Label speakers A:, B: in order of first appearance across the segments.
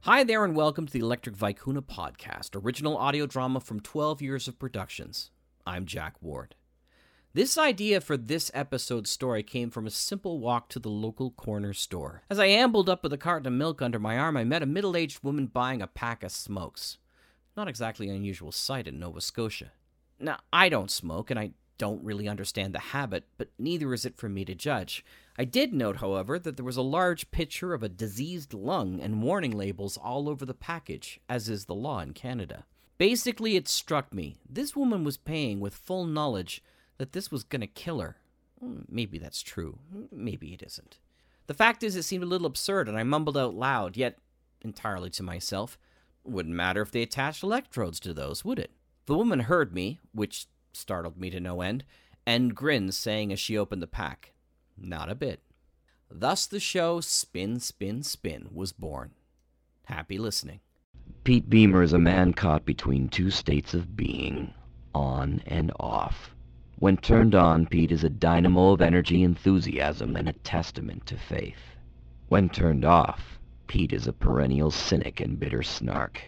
A: Hi there, and welcome to the Electric Vicuna podcast, original audio drama from 12 years of productions. I'm Jack Ward. This idea for this episode's story came from a simple walk to the local corner store. As I ambled up with a carton of milk under my arm, I met a middle aged woman buying a pack of smokes. Not exactly an unusual sight in Nova Scotia. Now, I don't smoke, and I don't really understand the habit, but neither is it for me to judge. I did note, however, that there was a large picture of a diseased lung and warning labels all over the package, as is the law in Canada. Basically, it struck me this woman was paying with full knowledge that this was gonna kill her. Mm, Maybe that's true, Mm, maybe it isn't. The fact is, it seemed a little absurd, and I mumbled out loud, yet entirely to myself. Wouldn't matter if they attached electrodes to those, would it? The woman heard me, which startled me to no end, and grinned, saying as she opened the pack, Not a bit. Thus the show Spin, Spin, Spin was born. Happy listening.
B: Pete Beamer is a man caught between two states of being, on and off. When turned on, Pete is a dynamo of energy, enthusiasm, and a testament to faith. When turned off, Pete is a perennial cynic and bitter snark.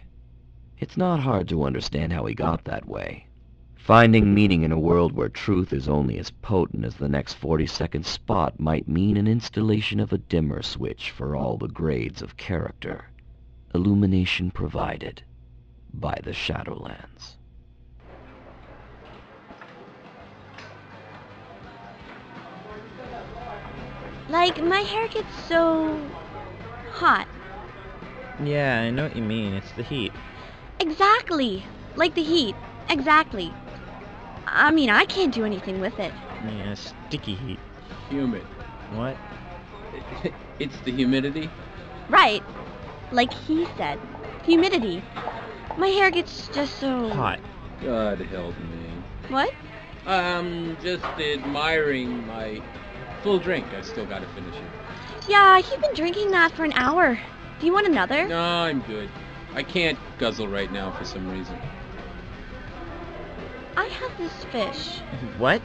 B: It's not hard to understand how he got that way. Finding meaning in a world where truth is only as potent as the next 40-second spot might mean an installation of a dimmer switch for all the grades of character illumination provided by the Shadowlands.
C: Like, my hair gets so hot.
D: Yeah, I know what you mean. It's the heat.
C: Exactly. Like the heat. Exactly. I mean, I can't do anything with it.
D: Yeah, sticky heat.
E: Humid.
D: What?
E: It's the humidity.
C: Right. Like he said. Humidity. My hair gets just so.
D: Hot.
E: God help me.
C: What?
E: I'm just admiring my full drink. I still gotta finish it.
C: Yeah, you've been drinking that for an hour. Do you want another?
E: No, I'm good. I can't guzzle right now for some reason.
C: I have this fish.
D: What?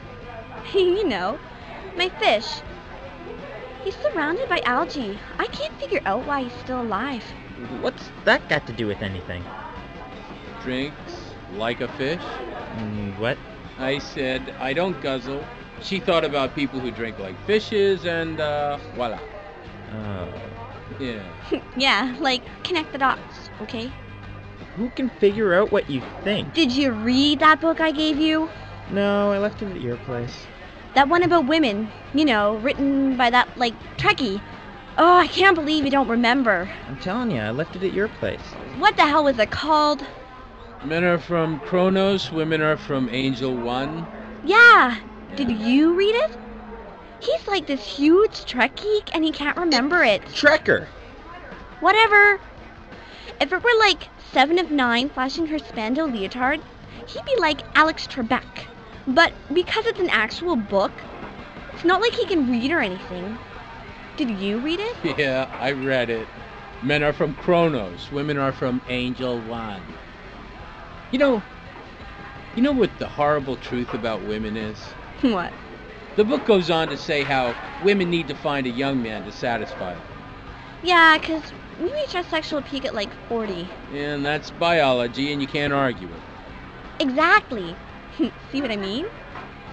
C: you know, my fish. He's surrounded by algae. I can't figure out why he's still alive.
D: What's that got to do with anything?
E: Drinks like a fish?
D: Mm, what?
E: I said, I don't guzzle. She thought about people who drink like fishes, and uh, voila.
D: Oh.
E: Yeah.
C: yeah, like, connect the dots, okay?
D: Who can figure out what you think?
C: Did you read that book I gave you?
D: No, I left it at your place.
C: That one about women, you know, written by that, like, Trekkie. Oh, I can't believe you don't remember.
D: I'm telling you, I left it at your place.
C: What the hell was it called?
E: Men are from Kronos, women are from Angel One.
C: Yeah, did you read it? He's like this huge Trekkie and he can't remember it.
D: Trekker!
C: Whatever. If it were like Seven of Nine flashing her Spando leotard, he'd be like Alex Trebek. But because it's an actual book, it's not like he can read or anything. Did you read it?
E: Yeah, I read it. Men are from Kronos, women are from Angel One. You know, you know what the horrible truth about women is?
C: What?
E: The book goes on to say how women need to find a young man to satisfy them.
C: Yeah, 'cause we reach our sexual peak at like 40.
E: And that's biology, and you can't argue it.
C: Exactly. See what I mean?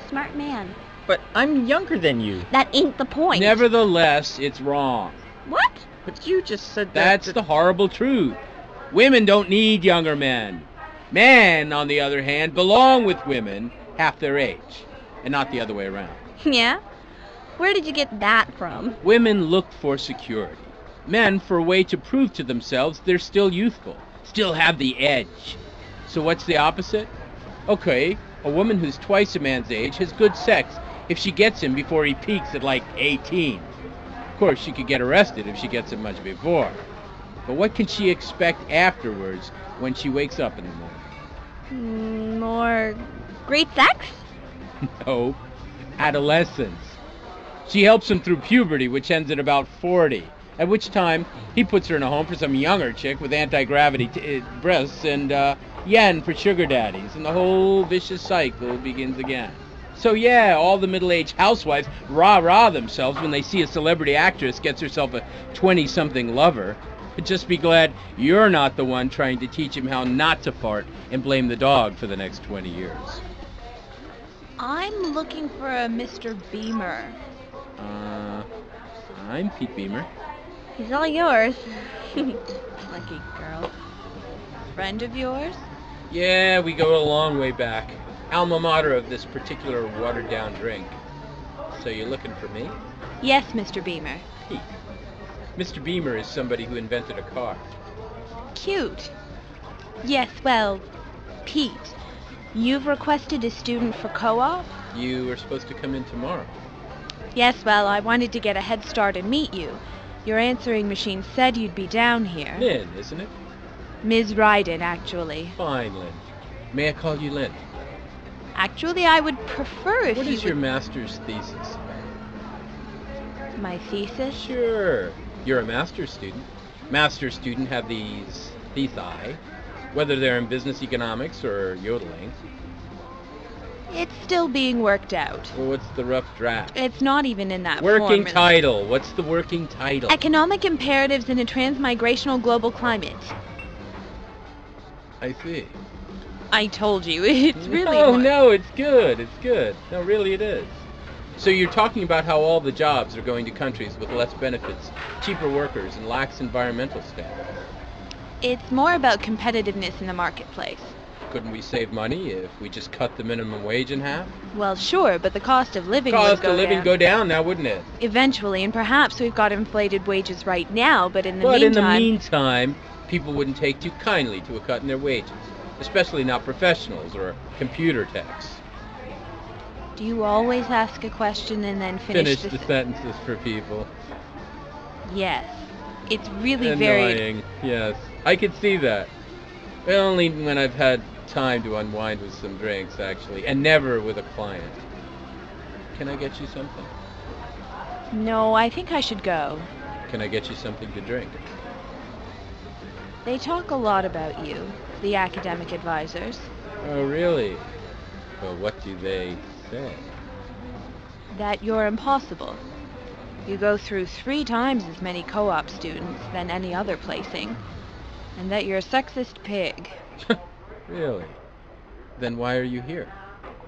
C: Smart man.
D: But I'm younger than you.
C: That ain't the point.
E: Nevertheless, it's wrong.
C: What?
D: But you just said that.
E: That's the horrible truth. Women don't need younger men. Men, on the other hand, belong with women half their age, and not the other way around.
C: Yeah? Where did you get that from?
E: Women look for security. Men for a way to prove to themselves they're still youthful, still have the edge. So what's the opposite? Okay, a woman who's twice a man's age has good sex if she gets him before he peaks at like 18. Of course, she could get arrested if she gets him much before. But what can she expect afterwards when she wakes up in the morning?
F: Hmm,
C: Mm, More great sex?
E: No, adolescence. She helps him through puberty, which ends at about 40, at which time he puts her in a home for some younger chick with anti gravity t- uh, breasts and uh, yen for sugar daddies, and the whole vicious cycle begins again. So, yeah, all the middle aged housewives rah rah themselves when they see a celebrity actress gets herself a 20 something lover. But just be glad you're not the one trying to teach him how not to fart and blame the dog for the next 20 years.
G: I'm looking for a Mr. Beamer.
E: Uh, I'm Pete Beamer.
C: He's all yours.
G: Lucky girl. Friend of yours?
E: Yeah, we go a long way back. Alma mater of this particular watered down drink. So you're looking for me?
G: Yes, Mr. Beamer.
E: Pete. Mr. Beamer is somebody who invented a car.
G: Cute. Yes, well, Pete, you've requested a student for co-op?
E: You were supposed to come in tomorrow.
G: Yes, well, I wanted to get a head start and meet you. Your answering machine said you'd be down here.
E: Lynn, isn't it?
G: Ms. Ryden, actually.
E: Fine, Lynn. May I call you Lynn?
G: Actually, I would prefer if
E: What
G: you
E: is your
G: would-
E: master's thesis?
G: my thesis.
E: Sure. You're a master's student. Master's student have these thesi, whether they're in business economics or yodeling.
G: It's still being worked out.
E: Well, what's the rough draft?
G: It's not even in that form,
E: Working
G: really.
E: title. What's the working title?
G: Economic imperatives in a transmigrational global climate.
E: I see.
G: I told you, it's really
E: No,
G: not-
E: no, it's good. It's good. No, really, it is. So you're talking about how all the jobs are going to countries with less benefits, cheaper workers, and lax environmental standards.
G: It's more about competitiveness in the marketplace.
E: Couldn't we save money if we just cut the minimum wage in half?
G: Well, sure, but the cost of living
E: Cost
G: would go
E: of living
G: down.
E: go down now, wouldn't it?
G: Eventually, and perhaps we've got inflated wages right now, but in the
E: but in the
G: meantime,
E: meantime, people wouldn't take too kindly to a cut in their wages, especially not professionals or computer techs.
G: do you always ask a question and then finish,
E: Finish the
G: sen-
E: sentences for people.
G: Yes, it's really very.
E: Annoying. Yes, I could see that. But only when I've had time to unwind with some drinks, actually, and never with a client. Can I get you something?
G: No, I think I should go.
E: Can I get you something to drink?
G: They talk a lot about you, the academic advisors.
E: Oh, really? Well, what do they say?
G: that you're impossible. You go through three times as many co op students than any other placing, and that you're a sexist pig.
E: Really? Then why are you here?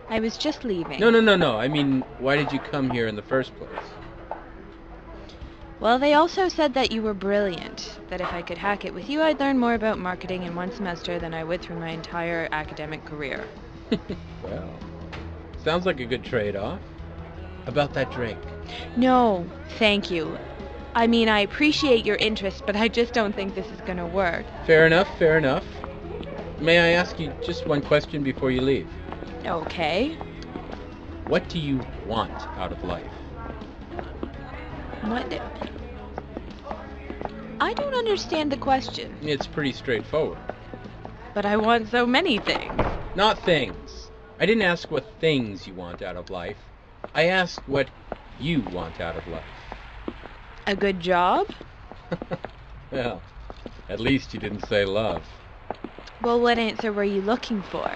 G: I was just leaving.
E: No, no, no, no. I mean, why did you come here in the first place?
G: Well, they also said that you were brilliant, that if I could hack it with you, I'd learn more about marketing in one semester than I would through my entire academic career.
E: Well, sounds like a good trade-off. About that drink.
G: No, thank you. I mean, I appreciate your interest, but I just don't think this is gonna work.
E: Fair enough, fair enough. May I ask you just one question before you leave?
G: Okay.
E: What do you want out of life?
G: What? the- I don't understand the question.
E: It's pretty straightforward.
G: But I want so many things.
E: Not things. I didn't ask what things you want out of life. I asked what you want out of life.
G: A good job?
E: Well, at least you didn't say love.
G: Well, what answer were you looking for?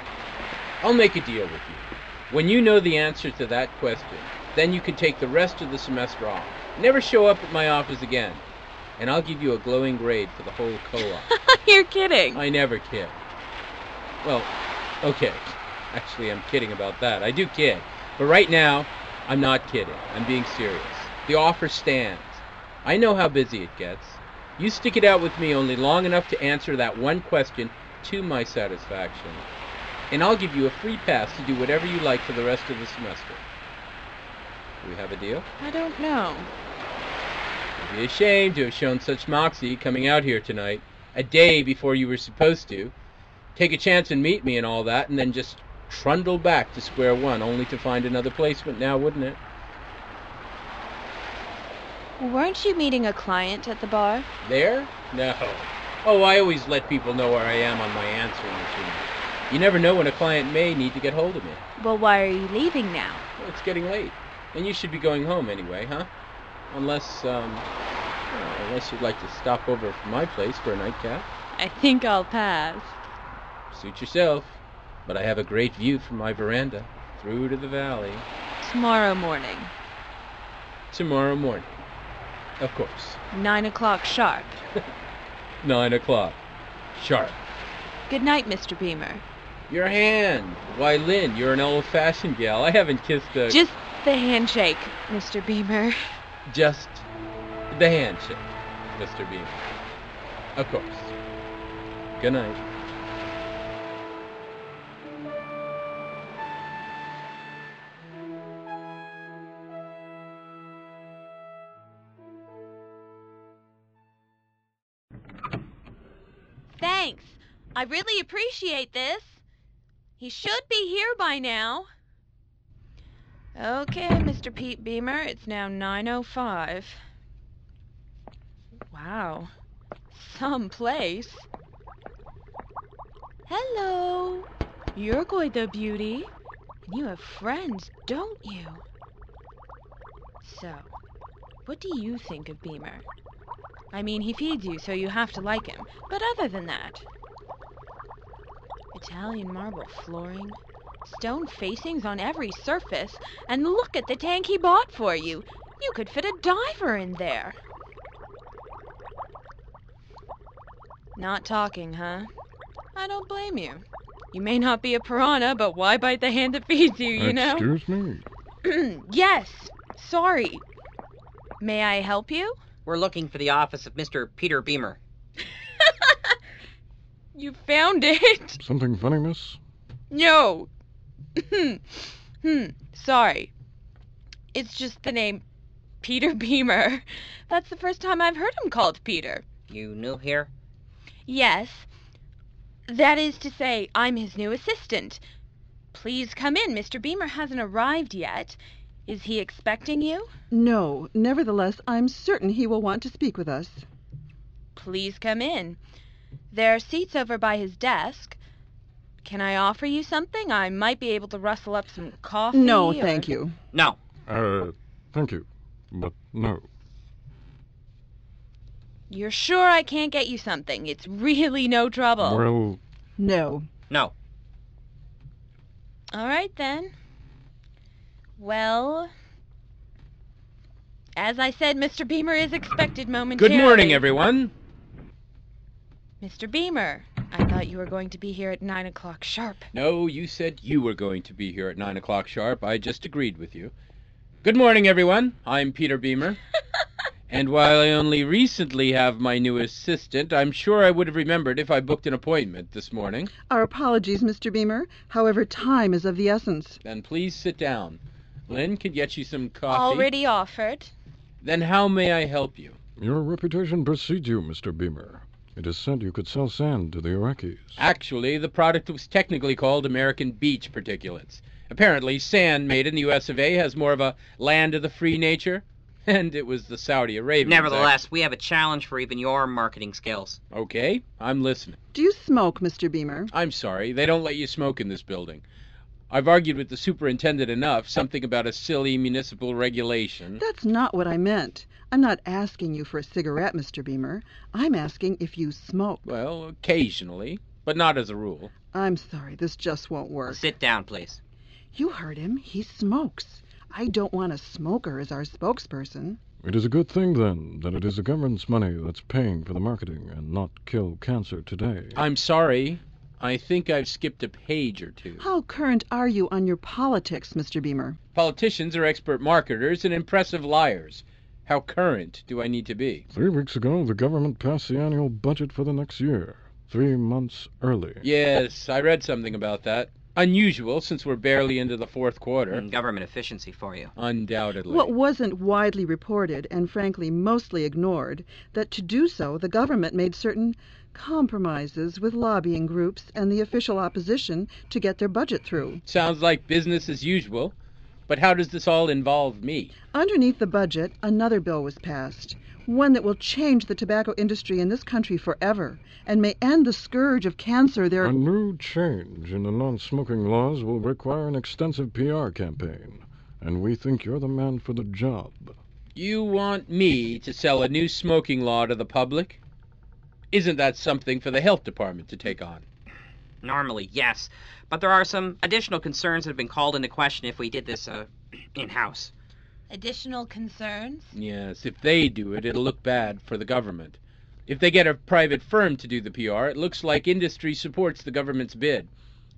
E: I'll make a deal with you. When you know the answer to that question, then you can take the rest of the semester off. Never show up at my office again. And I'll give you a glowing grade for the whole co-op.
G: You're kidding.
E: I never kid. Well, okay. Actually, I'm kidding about that. I do kid. But right now, I'm not kidding. I'm being serious. The offer stands. I know how busy it gets. You stick it out with me only long enough to answer that one question to my satisfaction. And I'll give you a free pass to do whatever you like for the rest of the semester. We have a deal?
G: I don't know.
E: It'd be a shame to have shown such moxie coming out here tonight, a day before you were supposed to. Take a chance and meet me and all that, and then just trundle back to square one, only to find another placement now, wouldn't it?
G: Weren't you meeting a client at the bar?
E: There? No. Oh, I always let people know where I am on my answering machine. You never know when a client may need to get hold of me.
G: Well, why are you leaving now?
E: Well, it's getting late, and you should be going home anyway, huh? Unless, um, well, unless you'd like to stop over from my place for a nightcap.
G: I think I'll pass.
E: Suit yourself, but I have a great view from my veranda through to the valley
G: Tomorrow morning,
E: tomorrow morning. Of course.
G: 9 o'clock sharp.
E: nine o'clock. Sharp.
G: Good night, Mr. Beamer.
E: Your hand. Why, Lynn, you're an old-fashioned gal. I haven't kissed a
G: Just the handshake, Mr. Beamer.
E: just the handshake, Mr. Beamer. Of course. Good night.
G: Thanks. I really appreciate this. He should be here by now. Okay, Mr. Pete Beamer, it's now 9:05. Wow. Some place. Hello. You're quite the beauty. And you have friends, don't you? So, what do you think of Beamer? I mean, he feeds you, so you have to like him. But other than that, Italian marble flooring, stone facings on every surface, and look at the tank he bought for you. You could fit a diver in there. Not talking, huh? I don't blame you. You may not be a piranha, but why bite the hand that feeds you, you know?
H: Excuse me.
G: yes. Sorry. May I help you?
I: We're looking for the office of Mr. Peter Beamer.
G: You found it.
H: Something funny, miss?
G: No. hmm. Sorry. It's just the name Peter Beamer. That's the first time I've heard him called Peter.
I: You new here?
G: Yes. That is to say, I'm his new assistant. Please come in. Mr. Beamer hasn't arrived yet. Is he expecting you?
J: No, nevertheless, I'm certain he will want to speak with us.
G: Please come in. There are seats over by his desk. Can I offer you something? I might be able to rustle up some coffee.
J: No,
G: or-
J: thank you.
I: No.
H: Uh, thank you. But no.
G: You're sure I can't get you something? It's really no trouble.
H: Well,
J: No.
I: No.
G: All right then. Well, as I said, Mr. Beamer is expected momentarily.
E: Good morning, everyone.
G: Mr. Beamer, I thought you were going to be here at nine o'clock sharp.
E: No, you said you were going to be here at nine o'clock sharp. I just agreed with you. Good morning, everyone. I'm Peter Beamer. and while I only recently have my new assistant, I'm sure I would have remembered if I booked an appointment this morning.
J: Our apologies, Mr. Beamer. However, time is of the essence.
E: Then please sit down. Lynn can get you some coffee.
G: Already offered.
E: Then how may I help you?
H: your reputation precedes you, Mr. Beamer. It is said you could sell sand to the Iraqis.
E: Actually, the product was technically called American beach particulates. Apparently, sand made in the U.S. of A. has more of a land of the free nature, and it was the Saudi Arabians. that-
I: Nevertheless, we have a challenge for even your marketing skills.
E: Okay, I'm listening.
J: Do you smoke, Mr. Beamer?
E: I'm sorry, they don't let you smoke in this building. I've argued with the superintendent enough, something about a silly municipal regulation.
J: That's not what I meant. I'm not asking you for a cigarette, Mr. Beamer. I'm asking if you smoke.
E: Well, occasionally, but not as a rule.
J: I'm sorry, this just won't work.
I: Sit down, please.
J: You heard him. He smokes. I don't want a smoker as our spokesperson.
H: It is a good thing, then, that it is the government's money that's paying for the marketing and not kill cancer today.
E: I'm sorry, I think I've skipped a page or two.
J: How current are you on your politics, Mr. Beamer?
E: Politicians are expert marketers and impressive liars. How current do I need to be?
H: Three weeks ago, the government passed the annual budget for the next year, three months early.
E: Yes, I read something about that. Unusual, since we're barely into the fourth quarter.
I: Mm, Government efficiency for you.
E: Undoubtedly.
J: What wasn't widely reported, and frankly mostly ignored, that to do so the government made certain compromises with lobbying groups and the official opposition to get their budget through.
E: Sounds like business as usual, but how does this all involve me?
J: Underneath the budget, another bill was passed, one that will change the tobacco industry in this country forever and may end the scourge of cancer there.
H: A new change in the non smoking laws will require an extensive PR campaign, and we think you're the man for the job.
E: You want me to sell a new smoking law to the public? Isn't that something for the health department to take on?
I: Normally, yes. But there are some additional concerns that have been called into question if we did this uh, in house.
G: Additional concerns?
E: Yes, if they do it, it'll look bad for the government. If they get a private firm to do the PR, it looks like industry supports the government's bid,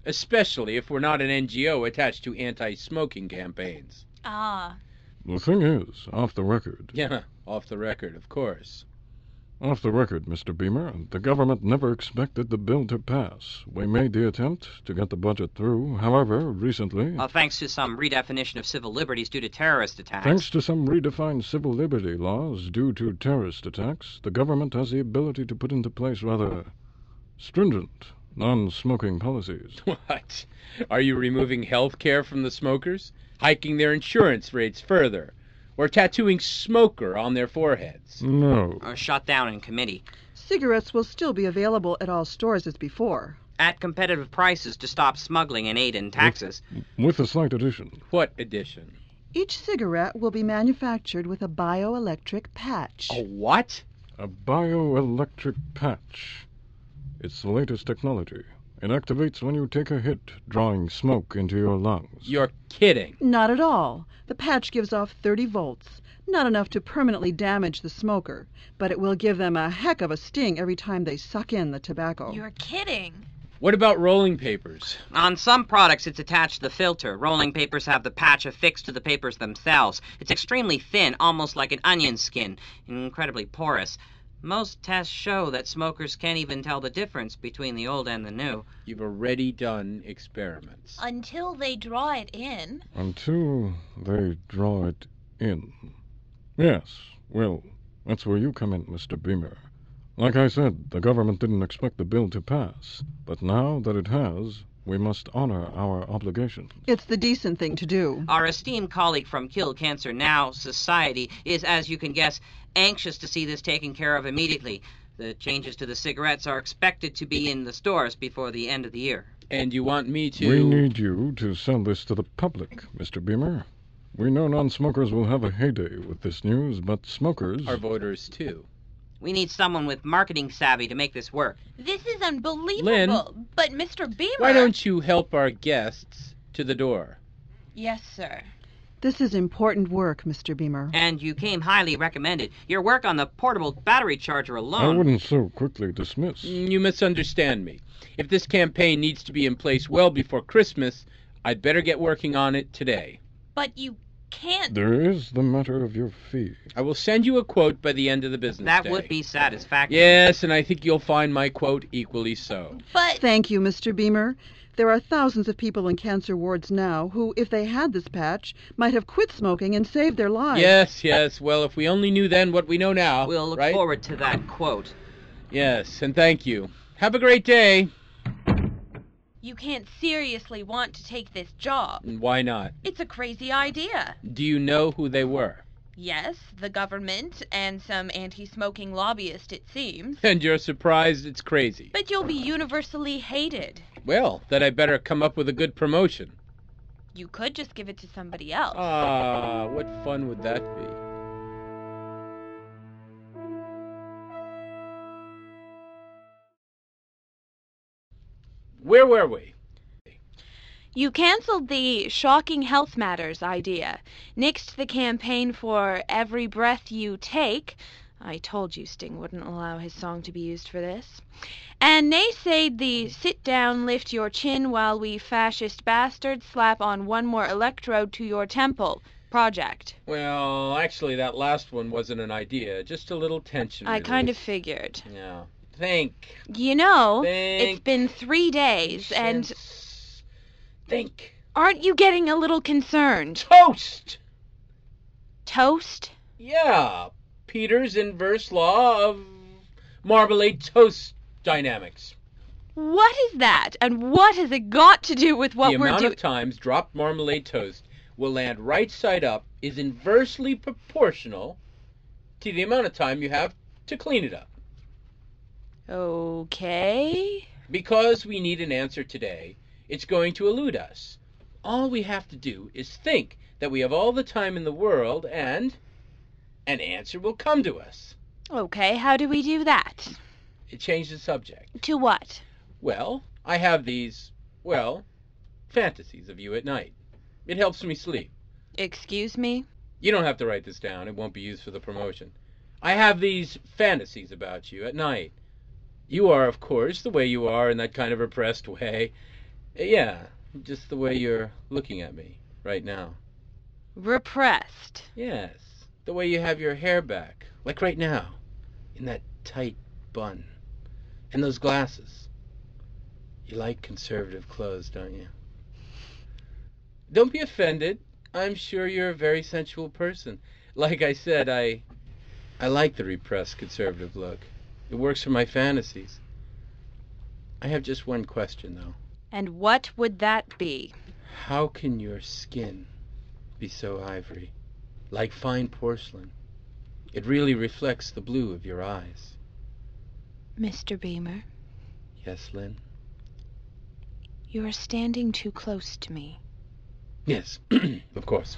E: especially if we're not an NGO attached to anti smoking campaigns.
G: Ah,
H: The thing is, off the record,
E: Yeah, off the record, of course.
H: off the record, Mr. Beamer, the government never expected the bill to pass. We made the attempt to get the budget through. However, recently,
I: Well, Uh, thanks to some redefinition of civil liberties due to terrorist attacks.
H: Thanks to some redefined civil liberty laws due to terrorist attacks, the government has the ability to put into place rather stringent non smoking policies.
E: What? Are you removing health care from the smokers, hiking their insurance rates further, or tattooing smoker on their foreheads?
H: No.
I: Or shot down in committee.
J: Cigarettes will still be available at all stores as before.
I: At competitive prices to stop smuggling and aid in taxes.
H: With a slight addition.
E: What addition?
J: Each cigarette will be manufactured with a bioelectric patch.
E: A what?
H: A bioelectric patch. It's the latest technology. It activates when you take a hit, drawing smoke into your lungs.
E: You're kidding.
J: Not at all. The patch gives off 30 volts. Not enough to permanently damage the smoker, but it will give them a heck of a sting every time they suck in the tobacco.
G: you're kidding.
E: What about rolling papers?
I: On some products, it's attached to the filter. Rolling papers have the patch affixed to the papers themselves. It's extremely thin, almost like an onion skin, and incredibly porous. Most tests show that smokers can't even tell the difference between the old and the new.
E: You've already done experiments.
G: Until they draw it in.
H: Until they draw it in. Yes, well, that's where you come in, Mr. Beamer. Like I said, the government didn't expect the bill to pass, but now that it has, we must honor our obligation.
J: It's the decent thing to do.
I: Our esteemed colleague from Kill Cancer Now Society is, as you can guess, anxious to see this taken care of immediately. The changes to the cigarettes are expected to be in the stores before the end of the year.
E: And you want me to.
H: We need you to sell this to the public, Mr. Beamer. We know non smokers will have a heyday with this news, but smokers.
E: Our voters, too.
I: We need someone with marketing savvy to make this work.
G: This is unbelievable.
E: Lynn?
G: But Mr. Beamer.
E: Why don't you help our guests to the door?
G: Yes, sir.
J: This is important work, Mr. Beamer.
I: And you came highly recommended. Your work on the portable battery charger
H: I
I: alone.
H: wouldn't so quickly dismiss.
E: Mm, You misunderstand me. If this campaign needs to be in place well before Christmas, I'd better get working on it today.
G: But you can't.
H: There is the matter of your fee.
E: I will send you a quote by the end of the business
I: That
E: day.
I: would be satisfactory.
E: Yes, and I think you'll find my quote equally so.
G: But
J: Thank you, Mr. Beamer. There are thousands of people in cancer wards now who, if they had this patch, might have quit smoking and saved their lives.
E: Yes, yes. Well, if we only knew then what we know now.
I: We'll look
E: right?
I: forward to that quote.
E: Yes, and thank you. Have a great day.
G: you can't seriously want to take this job.
E: And Why not?
G: It's a crazy idea.
E: Do you know who they were?
G: Yes, the government and some anti smoking lobbyist, it seems.
E: And you're surprised it's crazy.
G: But you'll be universally hated.
E: Well, then I better come up with a good promotion.
G: You could just give it to somebody else.
E: Ah, what fun would that be? Where were we?
G: You canceled the shocking health matters idea, nixed the campaign for Every Breath You Take. I told you Sting wouldn't allow his song to be used for this. And naysayed the sit down, lift your chin while we fascist bastards slap on one more electrode to your temple project.
E: Well, actually, that last one wasn't an idea, just a little tension.
G: I kind of
E: relief.
G: figured.
E: Yeah. Think.
G: You know, it's
E: Think.
G: been three days, and
E: Sense. Think.
G: aren't you getting a little concerned?
E: Toast!
G: Toast?
E: Yeah. Peter's inverse law of marmalade toast dynamics.
G: What is that? And what has it got to do with what
E: the
G: we're
E: amount
G: doing?
E: of times dropped marmalade toast will land right side up is inversely proportional to the amount of time you have to clean it up.
G: Okay.
E: Because we need an answer today, it's going to elude us. All we have to do is think that we have all the time in the world and an answer will come to us.
G: Okay, how do we do that?
E: It changed the subject.
G: To what?
E: Well, I have these, well, fantasies of you at night. It helps me sleep.
G: Excuse me?
E: You don't have to write this down, it won't be used for the promotion. I have these fantasies about you at night. You are, of course, the way you are in that kind of repressed way. Yeah, just the way you're looking at me right now.
G: Repressed.
E: Yes, the way you have your hair back, like right now, in that tight bun. And those glasses. You like conservative clothes, don't you? Don't be offended. I'm sure you're a very sensual person. Like I said, I I like the repressed conservative look. It works for my fantasies. I have just one question though.
G: And what would that be?
E: How can your skin be so ivory, like fine porcelain? It really reflects the blue of your eyes.
G: Mr. Beamer,
E: Yes, Lynn?
G: you are standing too close to me.
E: Yes, of course.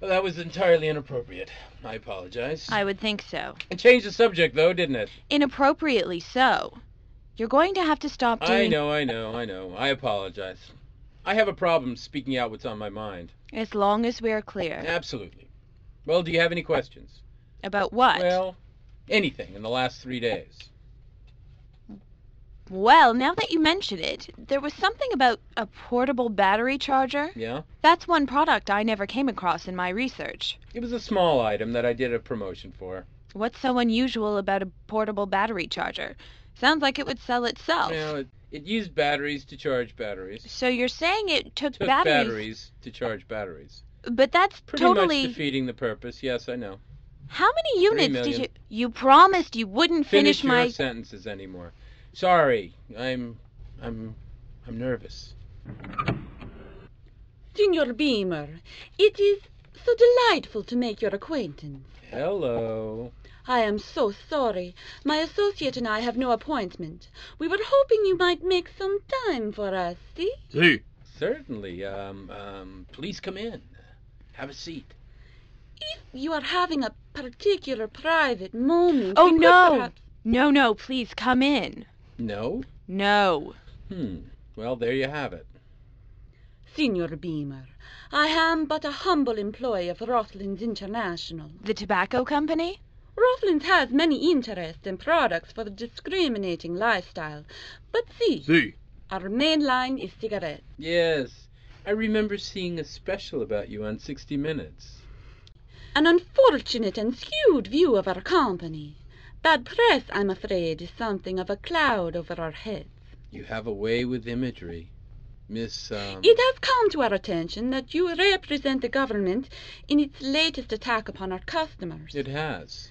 E: Well, that was entirely inappropriate. I apologize.
G: I would think so.
E: It changed the subject, though, didn't it?
G: Inappropriately so. You're going to have to stop doing
E: I know, I know, I know. I apologize. I have a problem speaking out what's on my mind.
G: as long as we're clear.
E: Absolutely. Well, do you have any questions?
G: About what?
E: Well, anything in the last three days.
G: Well, now that you mention it, there was something about a portable battery charger.
E: Yeah?
G: That's one product I never came across in my research.
E: It was a small item that I did a promotion for.
G: What's so unusual about a portable battery charger? Sounds like it would sell itself.
E: Well, it, it used batteries to charge batteries.
G: So you're saying it took,
E: Took
G: batteries,
E: batteries to charge batteries.
G: but that's
E: Pretty
G: totally
E: much defeating the purpose. Yes, I know.
G: How many units did
E: million.
G: you you promised you wouldn't finish,
E: Finish, your
G: my
E: sentences anymore. Sorry, I'm, I'm, I'm nervous.
K: Signor Beamer, it is so delightful to make your acquaintance.
E: Hello.
K: I am so sorry. My associate and I have no appointment. We were hoping you might make some time for us, see?
E: See. Certainly. Um, um, please come in. Have a seat.
K: If you are having a particular private moment.
G: Oh
K: we could
G: no.
K: perhaps-
G: No, no, please come in.
E: No.
G: No.
E: Hmm. Well, there you have it.
K: Signor Beamer, I am but a humble employee of Rothlands International.
G: The tobacco company?
K: Rothlands has many interests and products for the discriminating lifestyle. But see,
E: See.
K: our main line is cigarettes.
E: Yes. I remember seeing a special about you on 60 Minutes.
K: An unfortunate and skewed view of our company. Bad press, I'm afraid, is something of a cloud over our heads.
E: You have a way with imagery, Miss. Um,
K: It has come to our attention that you represent the government in its latest attack upon our customers.
E: it has.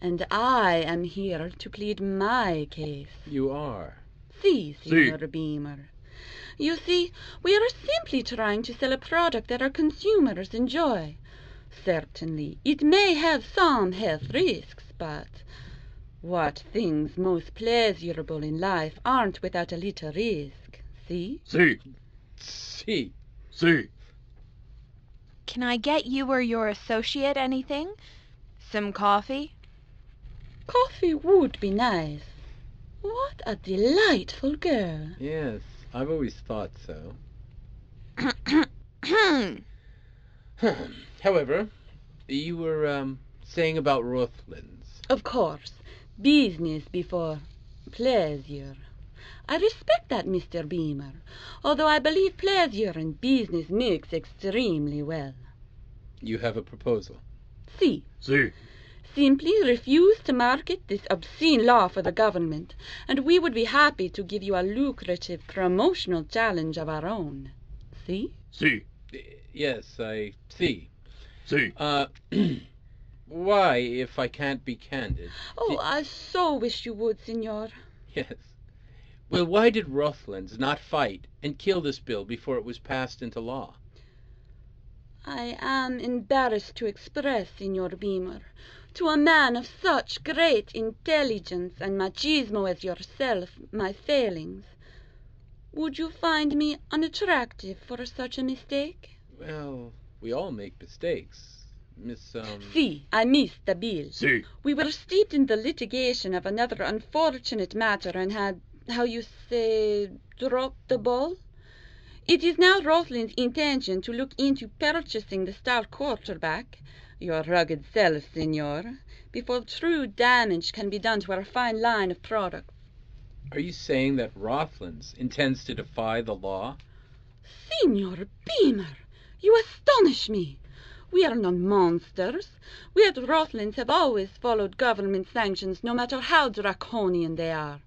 K: And I am here to plead my case.
E: You are.
K: See,
E: Si.
K: Signor Beamer. You see, we are simply trying to sell a product that our consumers enjoy. Certainly, it may have some health risks, but what things most pleasurable in life aren't without a little risk, see?
H: See,
E: See.
H: see.
G: Can I get you or your associate anything? Some coffee?
K: Coffee would be nice. What a delightful girl.
E: Yes. I've always thought so. Hmm. However, you were um, saying about Rothlands.
K: Of course, business before pleasure. I respect that, Mr. Beamer, although I believe pleasure and business mix extremely well.
E: You have a proposal.
K: See,
H: See,
K: simply refuse to market this obscene law for the government, and we would be happy to give you a lucrative promotional challenge of our own. See?
H: see,
E: Yes, I see.
H: see.
E: Uh, why, if I can't be candid?
K: Oh, I so wish you would, Signor.
E: Yes. Well, why did Rothlands not fight and kill this bill before it was passed into law?
K: I am embarrassed to express, Signor Beamer, to a man of such great intelligence and machismo as yourself, my failings. Would you find me unattractive for such a mistake?
E: Well, we all make mistakes. Miss, um.
K: See, I missed the bill.
H: See,
K: We were steeped in the litigation of another unfortunate matter and had, how you say, dropped the ball? It is now Rosalind's intention to look into purchasing the star quarterback, your rugged self, senor, before true damage can be done to our fine line of products.
E: Are you saying that Rothlands intends to defy the law?
K: Senor Beamer, you astonish me. We are not monsters. We at Rothlands have always followed government sanctions, no matter how draconian they are.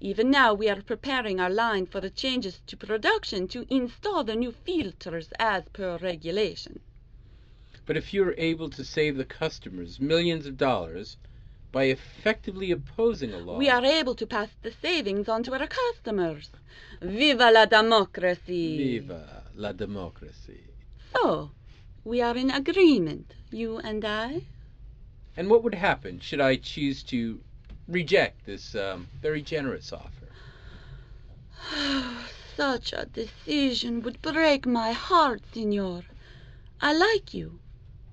K: Even now, we are preparing our line for the changes to production to install the new filters as per regulation.
E: But if you're able to save the customers millions of dollars by effectively opposing a law,
K: We are able to pass the savings on to our customers. Viva la democracy!
E: Viva la democracy.
K: So, we are in agreement, you and I?
E: And what would happen should I choose to reject this um, very generous offer?
K: Such a decision would break my heart, senor. I like you.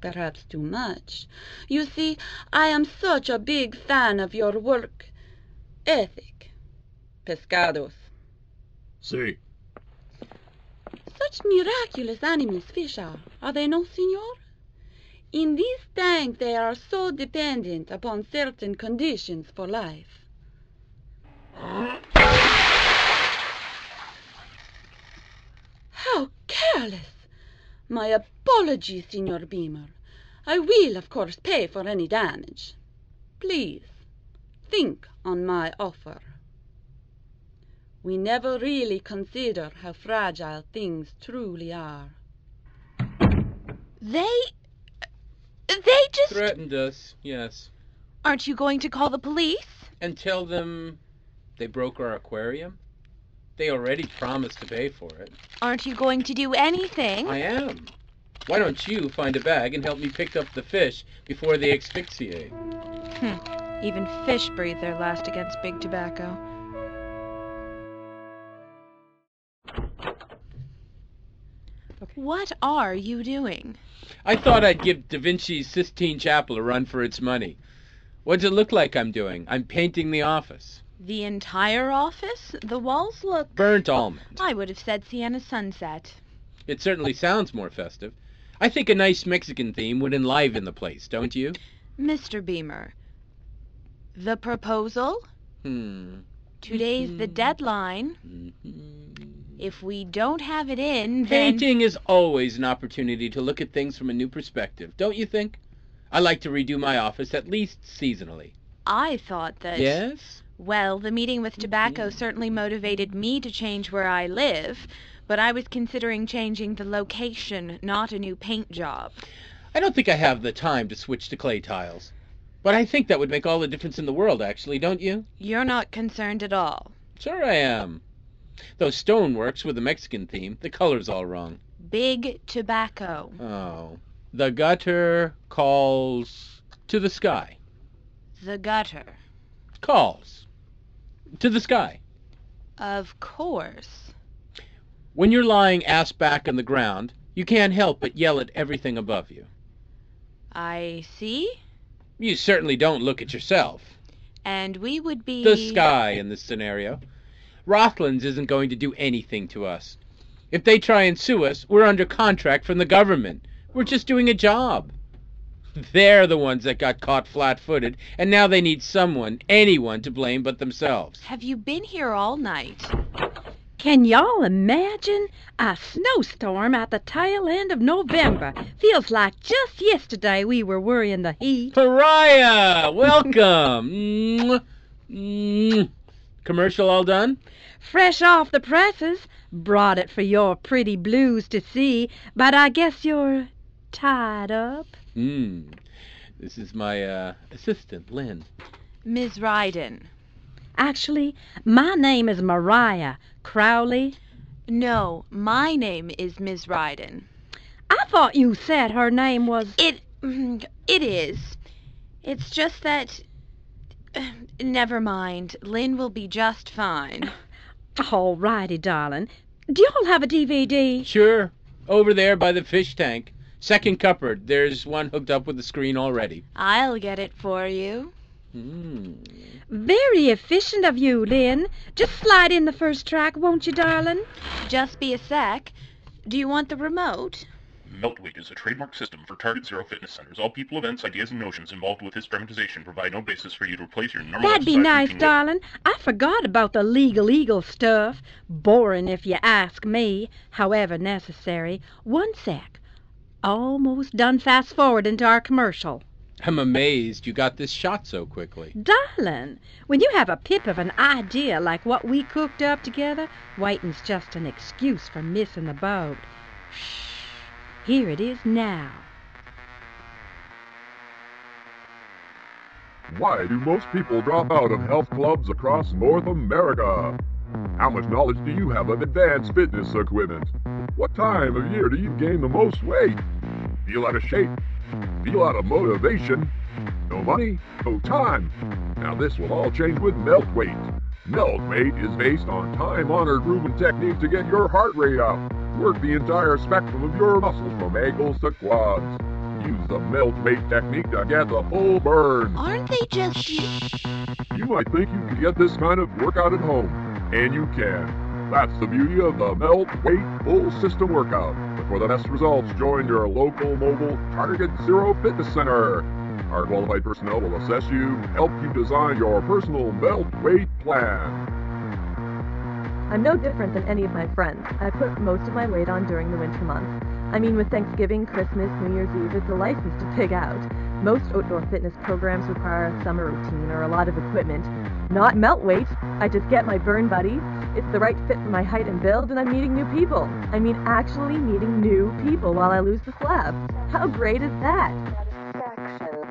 K: Perhaps too much. You see, I am such a big fan of your work. Ethic. Pescados.
L: See,
K: Such miraculous animals fish are, are they not, senor? In these tanks they are so dependent upon certain conditions for life. How careless! My apologies, Senor Beamer. I will, of course, pay for any damage. Please, think on my offer. We never really consider how fragile things truly are.
G: They. They just.
E: Threatened us, yes.
G: Aren't you going to call the police?
E: And tell them they broke our aquarium? They already promised to pay for it.
G: Aren't you going to do anything?
E: I am. Why don't you find a bag and help me pick up the fish before they asphyxiate?
G: Hmm. Even fish breathe their last against big tobacco. What are you doing?
E: I thought I'd give Da Vinci's Sistine Chapel a run for its money. What's it look like I'm doing? I'm painting the office.
G: The entire office? The walls look.
E: Burnt almond.
G: I would have said Sienna Sunset.
E: It certainly sounds more festive. I think a nice Mexican theme would enliven the place, don't you?
G: Mr. Beamer, the proposal?
E: Hmm.
G: Today's
E: Mm-hmm.
G: the deadline. If we don't have it in, then.
E: Painting is always an opportunity to look at things from a new perspective, don't you think? I like to redo my office at least seasonally.
G: I thought that.
E: Yes?
G: Well, the meeting with tobacco
E: Mm-hmm.
G: certainly motivated me to change where I live, but I was considering changing the location, not a new paint job.
E: I don't think I have the time to switch to clay tiles. But I think that would make all the difference in the world, actually, don't you?
G: You're not concerned at all.
E: Sure I am. Though stone works with a Mexican theme, the color's all wrong.
G: Big tobacco.
E: Oh. The gutter calls to the sky.
G: The gutter.
E: Calls to the sky.
G: Of course.
E: When you're lying ass back on the ground, you can't help but yell at everything above you.
G: I see.
E: You certainly don't look at yourself.
G: And we would be.
E: the sky in this scenario. Rothlands isn't going to do anything to us. If they try and sue us, we're under contract from the government. We're just doing a job. They're the ones that got caught flat footed, and now they need someone, anyone, to blame but themselves.
G: Have you been here all night?
M: Can y'all imagine? A snowstorm at the tail end of November. Feels like just yesterday we were worrying the heat.
E: Pariah! Welcome! Mwah. Mwah. Commercial all done?
M: Fresh off the presses. Brought it for your pretty blues to see, but I guess you're tied up.
E: Mmm. This is my uh, assistant, Lynn.
G: Ms. Ryden.
M: Actually, my name is Mariah Crowley.
G: No, my name is Ms. Ryden.
M: I thought you said her name was.
G: It. It is. It's just that. uh, Never mind. Lynn will be just fine.
M: All righty, darling. Do y'all have a DVD?
E: Sure. Over there by the fish tank. Second cupboard. There's one hooked up with a screen already.
G: I'll get it for you.
M: Very efficient of you, Lynn. Just slide in the first track, won't you, darling?
G: Just be a sec. Do you want the remote?
L: Meltweight is a trademark system for Target Zero Fitness Centers. All people, events, ideas, and notions involved with this dramatization provide no basis for you to replace your normal
M: That'd be
L: exercise
M: nice,
L: routine with-
M: darling. I forgot about the legal eagle stuff. Boring, if you ask me. However necessary. One sec. Almost done fast forward into our commercial.
E: I'm amazed you got this shot so quickly.
M: Darling, when you have a pip of an idea like what we cooked up together, waiting's just an excuse for missing the boat. Shh. Here it is now.
N: Why do most people drop out of health clubs across North America? How much knowledge do you have of advanced fitness equipment? What time of year do you gain the most weight? Feel out of shape? Feel out of motivation? No money? No time? Now this will all change with melt weight. Melt weight is based on time-honored Reuben technique to get your heart rate up. Work the entire spectrum of your muscles from ankles to quads. Use the melt weight technique to get the full burn.
G: Aren't they just.
N: You might think you can get this kind of workout at home, and you can. That's the beauty of the Melt Weight Full System Workout. But for the best results, join your local mobile Target Zero Fitness Center. Our qualified personnel will assess you, help you design your personal melt weight plan.
O: I'm no different than any of my friends. I put most of my weight on during the winter months. I mean, with Thanksgiving, Christmas, New Year's Eve, it's a license to pig out. Most outdoor fitness programs require a summer routine or a lot of equipment. Not melt weight. I just get my burn buddy. It's the right fit for my height and build, and I'm meeting new people. I mean, actually meeting new people while I lose the slab. How great is that?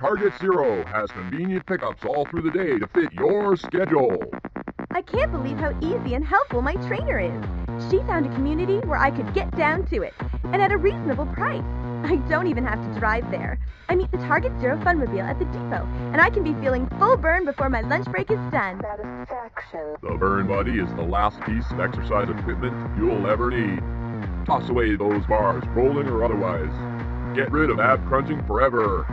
N: Target Zero has convenient pickups all through the day to fit your schedule.
F: I can't believe how easy and helpful my trainer is. She found a community where I could get down to it, and at a reasonable price. I don't even have to drive there. I meet the Target Zero Funmobile at the depot, and I can be feeling full burn before my lunch break is done.
N: The Burn Buddy is the last piece of exercise equipment you'll ever need. Toss away those bars, rolling or otherwise. Get rid of ab crunching forever.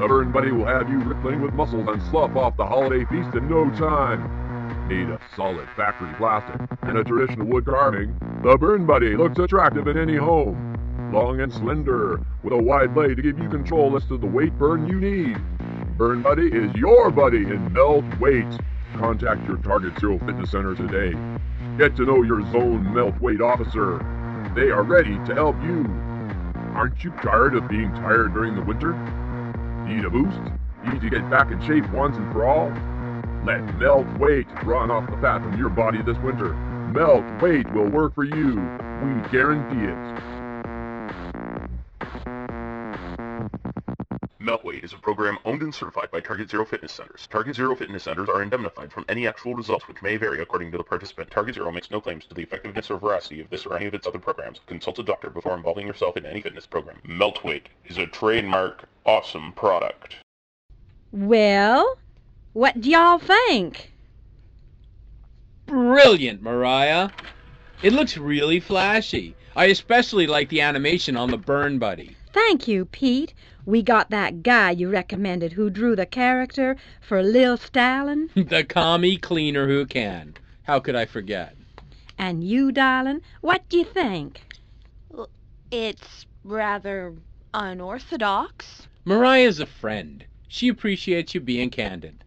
N: The Burn Buddy will have you rippling with muscles and slough off the holiday feast in no time. Made of solid factory plastic and a traditional wood carving, the Burn Buddy looks attractive in any home. Long and slender, with a wide blade to give you control as to the weight burn you need. Burn Buddy is your buddy in melt weight. Contact your Target Zero Fitness Center today. Get to know your zone melt weight officer. They are ready to help you. Aren't you tired of being tired during the winter? Need a boost? Need to get back in shape once and for all? Let melt weight run off the fat from your body this winter. Melt weight will work for you. We guarantee it.
L: Meltweight is a program owned and certified by Target Zero Fitness Centers. Target Zero Fitness Centers are indemnified from any actual results which may vary according to the participant. Target Zero makes no claims to the effectiveness or veracity of this or any of its other programs. Consult a doctor before involving yourself in any fitness program. Meltweight is a trademark awesome product.
M: Well, what do y'all think?
E: Brilliant, Mariah. It looks really flashy. I especially like the animation on the burn buddy.
M: Thank you, Pete. We got that guy you recommended who drew the character for Lil Stalin.
E: the commie cleaner who can. How could I forget?
M: And you, darling, what do you think?
G: It's rather unorthodox.
E: Mariah's a friend. She appreciates you being candid.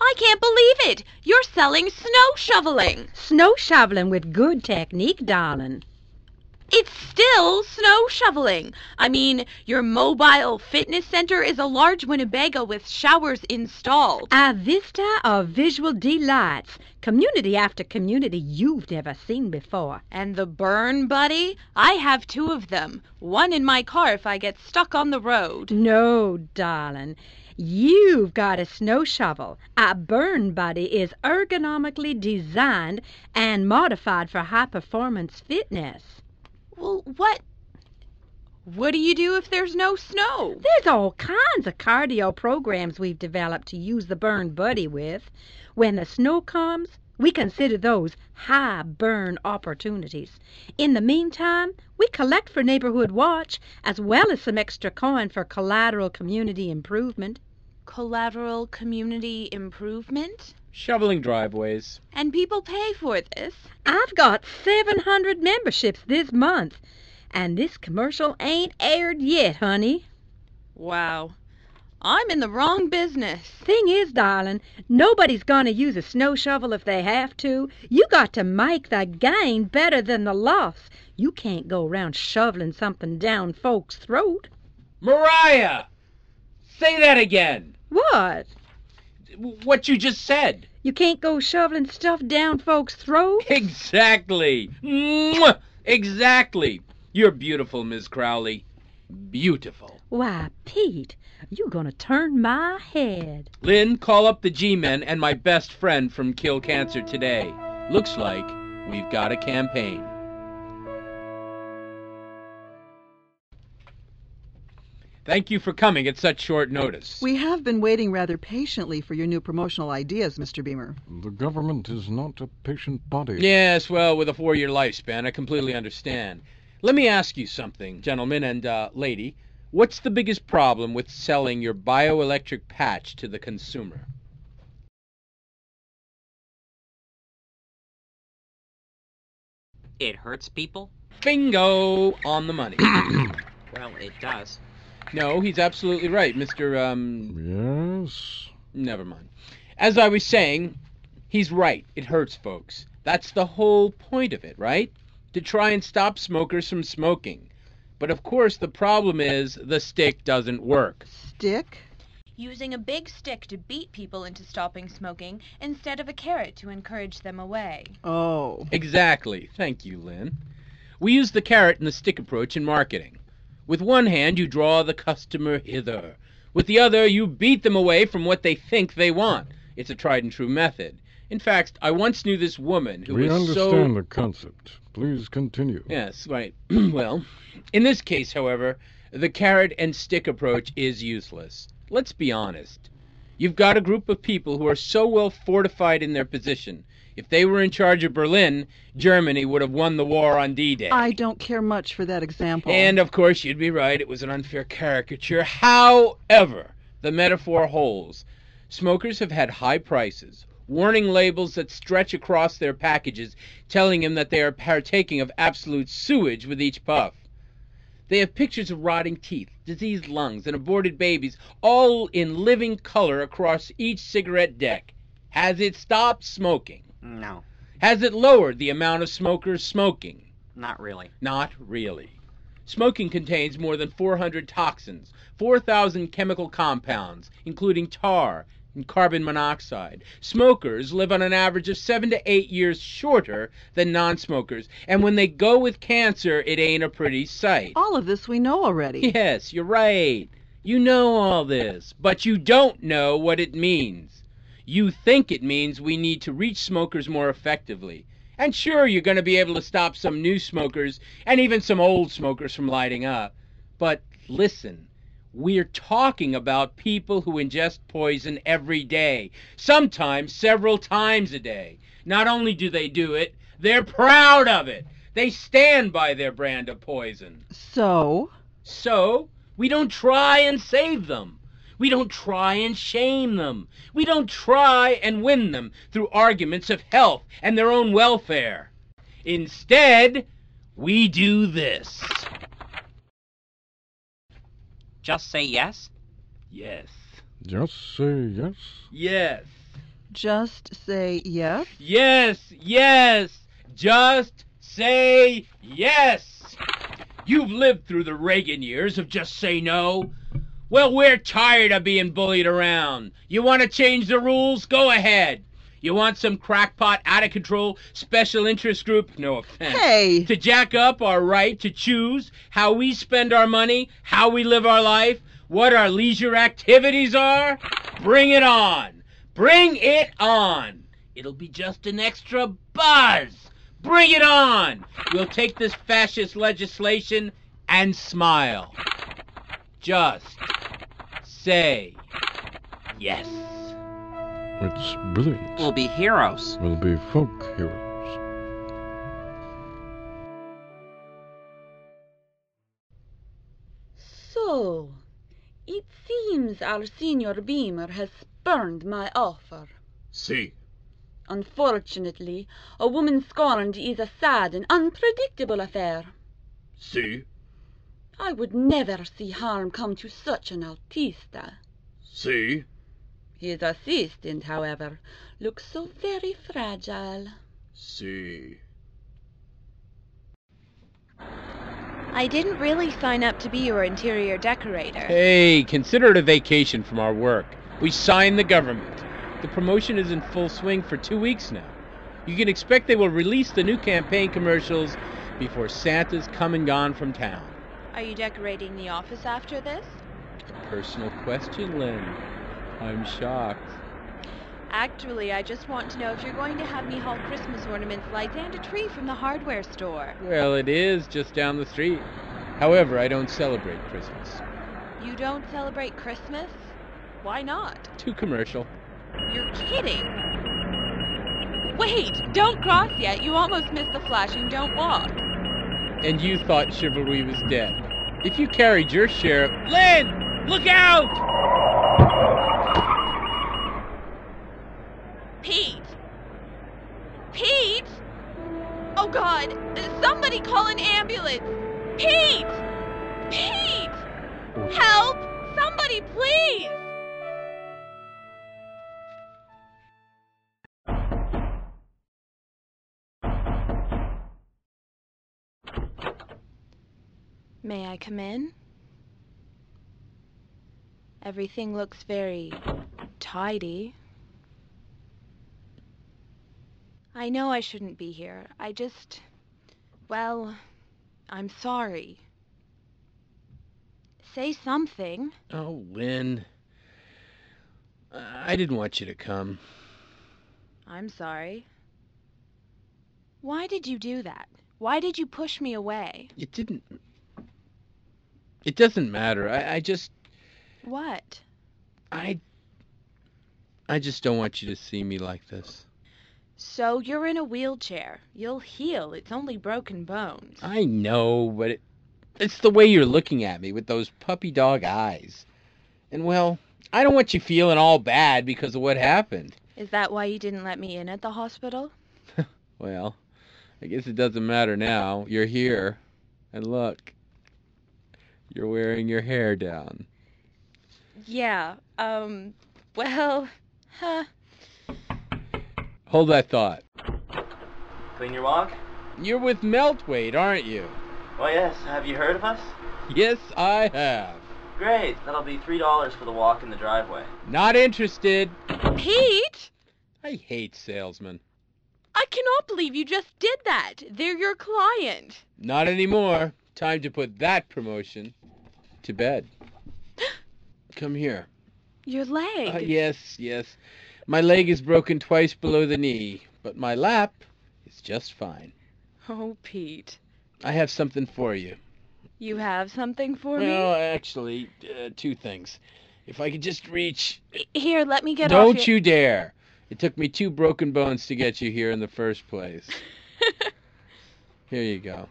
G: I can't believe it! You're selling snow shoveling!
M: Snow shoveling with good technique, darling.
G: It's still snow shoveling. I mean, your mobile fitness center is a large Winnebago with showers installed.
M: A vista of visual delights, community after community you've never seen before.
G: And the burn buddy? I have two of them. One in my car if I get stuck on the road.
M: No, darling. You've got a snow shovel. A burn buddy is ergonomically designed and modified for high performance fitness.
G: Well, what? What do you do if there's no snow?
M: There's all kinds of cardio programs we've developed to use the burn buddy with. When the snow comes, we consider those high burn opportunities. In the meantime, we collect for Neighborhood Watch as well as some extra coin for collateral community improvement.
G: collateral community improvement?
E: Shoveling driveways.
G: And people pay for this.
M: I've got 700 memberships this month, and this commercial ain't aired yet, honey.
G: Wow. I'm in the wrong business.
M: Thing is, darling, nobody's going to use a snow shovel if they have to. You got to make the gain better than the loss. You can't go around shoveling something down folks' throat.
E: Mariah! Say that again!
M: What?
E: What you just said.
M: You can't go shoveling stuff down folks' throats?
E: Exactly! Mwah! Exactly! You're beautiful, Miss Crowley. Beautiful.
M: Why, Pete, you're going to turn my head.
E: Lynn, call up the G Men and my best friend from Kill Cancer today. Looks like we've got a campaign. Thank you for coming at such short notice.
J: We have been waiting rather patiently for your new promotional ideas, Mr. Beamer.
H: The government is not a patient body.
E: Yes, well, with a four year lifespan, I completely understand. Let me ask you something, gentlemen and uh, lady. What's the biggest problem with selling your bioelectric patch to the consumer?
I: It hurts people?
E: Bingo! On the money.
I: well, it does.
E: No, he's absolutely right, Mr. Um.
H: Yes?
E: Never mind. As I was saying, he's right. It hurts folks. That's the whole point of it, right? To try and stop smokers from smoking. But of course, the problem is the stick doesn't work.
J: Dick?
G: Using a big stick to beat people into stopping smoking instead of a carrot to encourage them away.
J: Oh.
E: Exactly. Thank you, Lynn. We use the carrot and the stick approach in marketing. With one hand, you draw the customer hither. With the other, you beat them away from what they think they want. It's a tried and true method. In fact, I once knew this woman who
H: we
E: was
H: understand
E: so.
H: the concept. Please continue.
E: Yes, right. well, in this case, however, the carrot and stick approach is useless. Let's be honest. You've got a group of people who are so well fortified in their position. If they were in charge of Berlin, Germany would have won the war on D Day.
J: I don't care much for that example.
E: And of course, you'd be right, it was an unfair caricature. However, the metaphor holds. Smokers have had high prices, warning labels that stretch across their packages, telling them that they are partaking of absolute sewage with each puff. They have pictures of rotting teeth, diseased lungs, and aborted babies, all in living color across each cigarette deck. Has it stopped smoking?
I: No,
E: Has it lowered the amount of smokers smoking?
I: not really.
E: Not really. Smoking contains more than 400 toxins, 4,000 chemical compounds, including tar and carbon monoxide. Smokers live on an average of seven to eight years shorter than non smokers, and when they go with cancer, it ain't a pretty sight.
J: All of this we know already.
E: Yes, you're right. You know all this, but you don't know what it means. You think it means we need to reach smokers more effectively. And sure, you're going to be able to stop some new smokers and even some old smokers from lighting up. But listen, we're talking about people who ingest poison every day, sometimes several times a day. Not only do they do it, they're proud of it. They stand by their brand of poison.
J: So,
E: So, we don't try and save them. We don't try and shame them. We don't try and win them through arguments of health and their own welfare. Instead, we do this.
I: Just say yes?
E: Yes.
H: Just say yes.
E: Yes.
J: just say yes.
E: Yes. Yes. Just say yes. You've lived through the Reagan years of just say no. Well, we're tired of being bullied around. You want to change the rules? Go ahead. You want some crackpot, out of control, special interest group? No offense.
J: Hey.
E: To jack up our right to choose how we spend our money, how we live our life, what our leisure activities are? Bring it on. Bring it on. It'll be just an extra buzz. Bring it on. We'll take this fascist legislation and smile. Just say yes.
H: It's brilliant.
I: We'll be heroes.
H: We'll be folk heroes.
K: So, It seems our senior beamer has spurned my offer.
P: See,
K: Unfortunately, a woman scorned is a sad and unpredictable affair.
P: see,
K: I would never see harm come to such an artista.
P: see.
K: His assistant, however, looks so very fragile.
P: See.
G: I didn't really sign up to be your interior decorator.
E: Hey, consider it a vacation from our work. We signed the government. The promotion is in full swing for two weeks now. You can expect they will release the new campaign commercials before Santa's come and gone from town.
G: Are you decorating the office after this?
E: Personal question, Lynn. I'm shocked.
G: Actually, I just want to know if you're going to have me haul Christmas ornaments, lights, and a tree from the hardware store.
E: Well, it is just down the street. However, I don't celebrate Christmas.
G: You don't celebrate Christmas? Why not?
E: Too commercial.
G: You're kidding! Wait! Don't cross yet! You almost missed the flashing don't walk!
E: And you thought chivalry was dead. If you carried your share of. Lynn! Look out!
G: Pete! Pete! Oh god! Somebody call an ambulance! Pete! Pete! Help! Somebody please! May I come in? Everything looks very tidy. I know I shouldn't be here. I just. Well, I'm sorry. Say something.
E: Oh, Lynn. I didn't want you to come.
G: I'm sorry. Why did you do that? Why did you push me away?
E: It didn't. It doesn't matter. I, I just.
G: What?
E: I. I just don't want you to see me like this.
G: So you're in a wheelchair. You'll heal. It's only broken bones.
E: I know, but it, it's the way you're looking at me with those puppy dog eyes. And well, I don't want you feeling all bad because of what happened.
G: Is that why you didn't let me in at the hospital?
E: Well, I guess it doesn't matter now. You're here. And look, you're wearing your hair down.
G: Yeah. Um, well, huh.
E: Hold that thought.
Q: Clean your walk?
E: You're with Meltweight, aren't you?
Q: Oh yes, have you heard of us?
E: Yes, I have.
Q: Great, that'll be three dollars for the walk in the driveway.
E: Not interested.
G: Pete?
E: I hate salesmen.
G: I cannot believe you just did that. They're your client.
E: Not anymore. Time to put that promotion to bed. Come here.
G: Your leg.
E: Ah, yes, yes. My leg is broken twice below the knee, but my lap is just fine.
G: Oh, Pete.
E: I have something for you.
G: You have something for
E: Well,
G: me?
E: actually, uh, two things. If I could just reach.
G: Here, let me get off
E: Don't
G: your-
E: you dare! It took me two broken bones to get you here in the first place. here you go.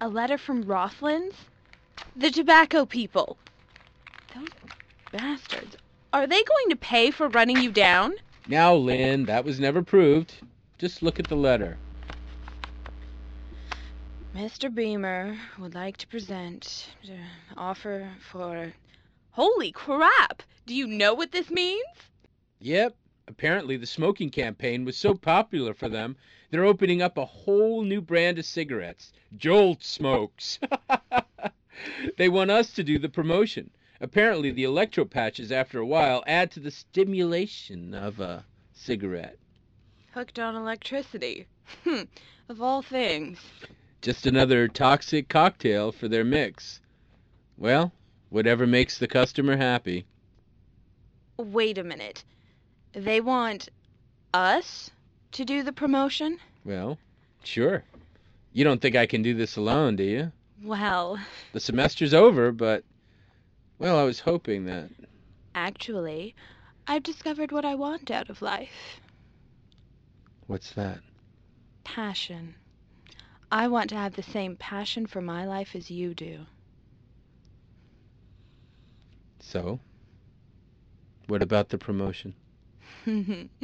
G: A letter from Rothlands? The tobacco people. Those bastards. Are they going to pay for running you down?
E: Now, Lynn, that was never proved. Just look at the letter.
G: Mr. Beamer would like to present the offer for. Holy crap! Do you know what this means?
E: Yep. Apparently, the smoking campaign was so popular for them, they're opening up a whole new brand of cigarettes Jolt Smokes. they want us to do the promotion. Apparently, the electro patches, after a while, add to the stimulation of a cigarette.
G: Hooked on electricity. Hmm. Of all things.
E: Just another toxic cocktail for their mix. Well, whatever makes the customer happy.
G: Wait a minute. They want us to do the promotion?
E: Well, sure. You don't think I can do this alone, do you?
G: Well,
E: The semester's over, but well, I was hoping that.
G: actually, I've discovered what I want out of life
E: What's that?
G: passion. I want to have the same passion for my life as you do.
E: So? What about the promotion?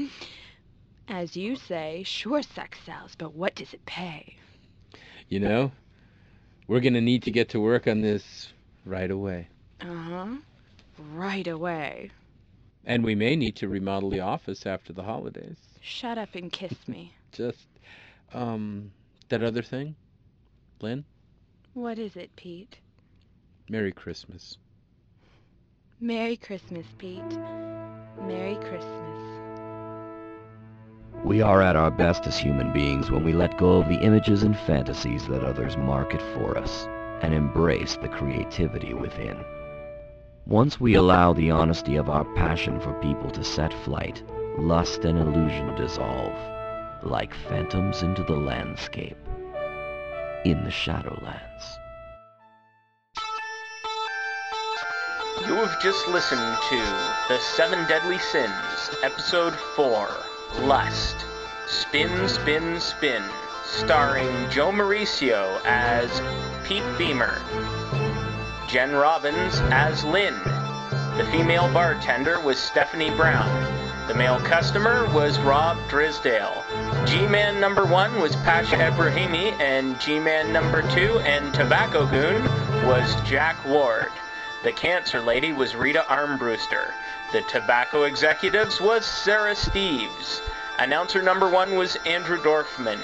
G: As you say, sure, sex sells, but what does it pay?
E: You know? We're gonna need to get to work on this right away.
G: Uh huh. Right away.
E: And we may need to remodel the office after the holidays.
G: Shut up and kiss me.
E: Just, um, that other thing? Lynn?
G: What is it, Pete?
E: Merry Christmas.
G: Merry Christmas, Pete. Merry Christmas.
B: We are at our best as human beings when we let go of the images and fantasies that others market for us and embrace the creativity within. Once we allow the honesty of our passion for people to set flight, lust and illusion dissolve, like phantoms into the landscape, in the Shadowlands.
R: You have just listened to The Seven Deadly Sins, Episode 4 Lust. Spin, Spin, Spin. Starring Joe Mauricio as Pete Beamer, Jen Robbins as Lynn. The female bartender was Stephanie Brown. The male customer was Rob Drisdale. G-Man number one was Pasha Ebrahimi, and G-Man number two and Tobacco Goon was Jack Ward. The cancer lady was Rita Armbruster. The tobacco executives was Sarah Steves. Announcer number one was Andrew Dorfman.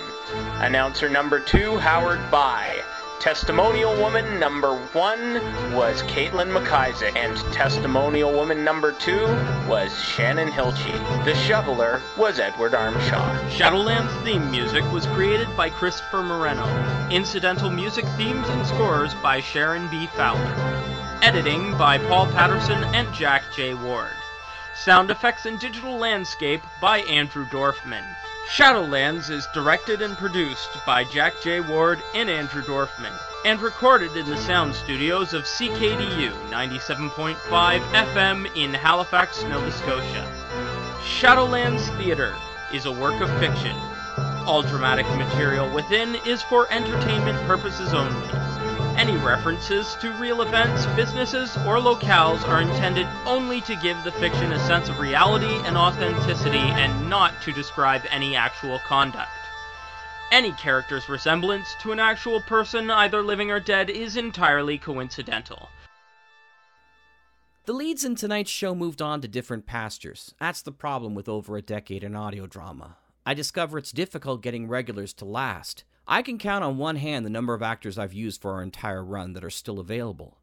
R: Announcer number two, Howard By. Testimonial woman number one was Caitlin McIsaac, and testimonial woman number two was Shannon Hilchey. The shoveler was Edward Armshaw.
S: Shadowlands theme music was created by Christopher Moreno. Incidental music themes and scores by Sharon B. Fowler. Editing by Paul Patterson and Jack J. Ward. Sound effects and digital landscape by Andrew Dorfman. Shadowlands is directed and produced by Jack J. Ward and Andrew Dorfman, and recorded in the sound studios of CKDU 97.5 FM in Halifax, Nova Scotia. Shadowlands Theatre is a work of fiction. All dramatic material within is for entertainment purposes only. Any references to real events, businesses, or locales are intended only to give the fiction a sense of reality and authenticity and not to describe any actual conduct. Any character's resemblance to an actual person, either living or dead, is entirely coincidental.
A: The leads in tonight's show moved on to different pastures. That's the problem with over a decade in audio drama. I discover it's difficult getting regulars to last. I can count on one hand the number of actors I've used for our entire run that are still available.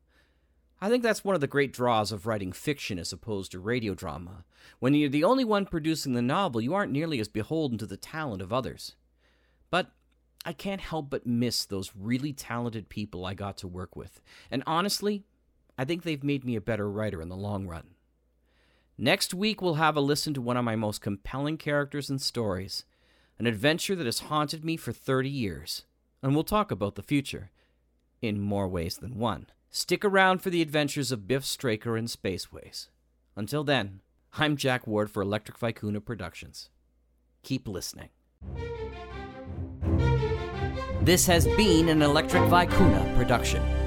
A: I think that's one of the great draws of writing fiction as opposed to radio drama. When you're the only one producing the novel, you aren't nearly as beholden to the talent of others. But I can't help but miss those really talented people I got to work with, and honestly, I think they've made me a better writer in the long run. Next week, we'll have a listen to one of my most compelling characters and stories an adventure that has haunted me for 30 years, and we'll talk about the future in more ways than one. Stick around for the adventures of Biff Straker in Spaceways. Until then, I'm Jack Ward for Electric Vicuna Productions. Keep listening. This has been an Electric Vicuna production.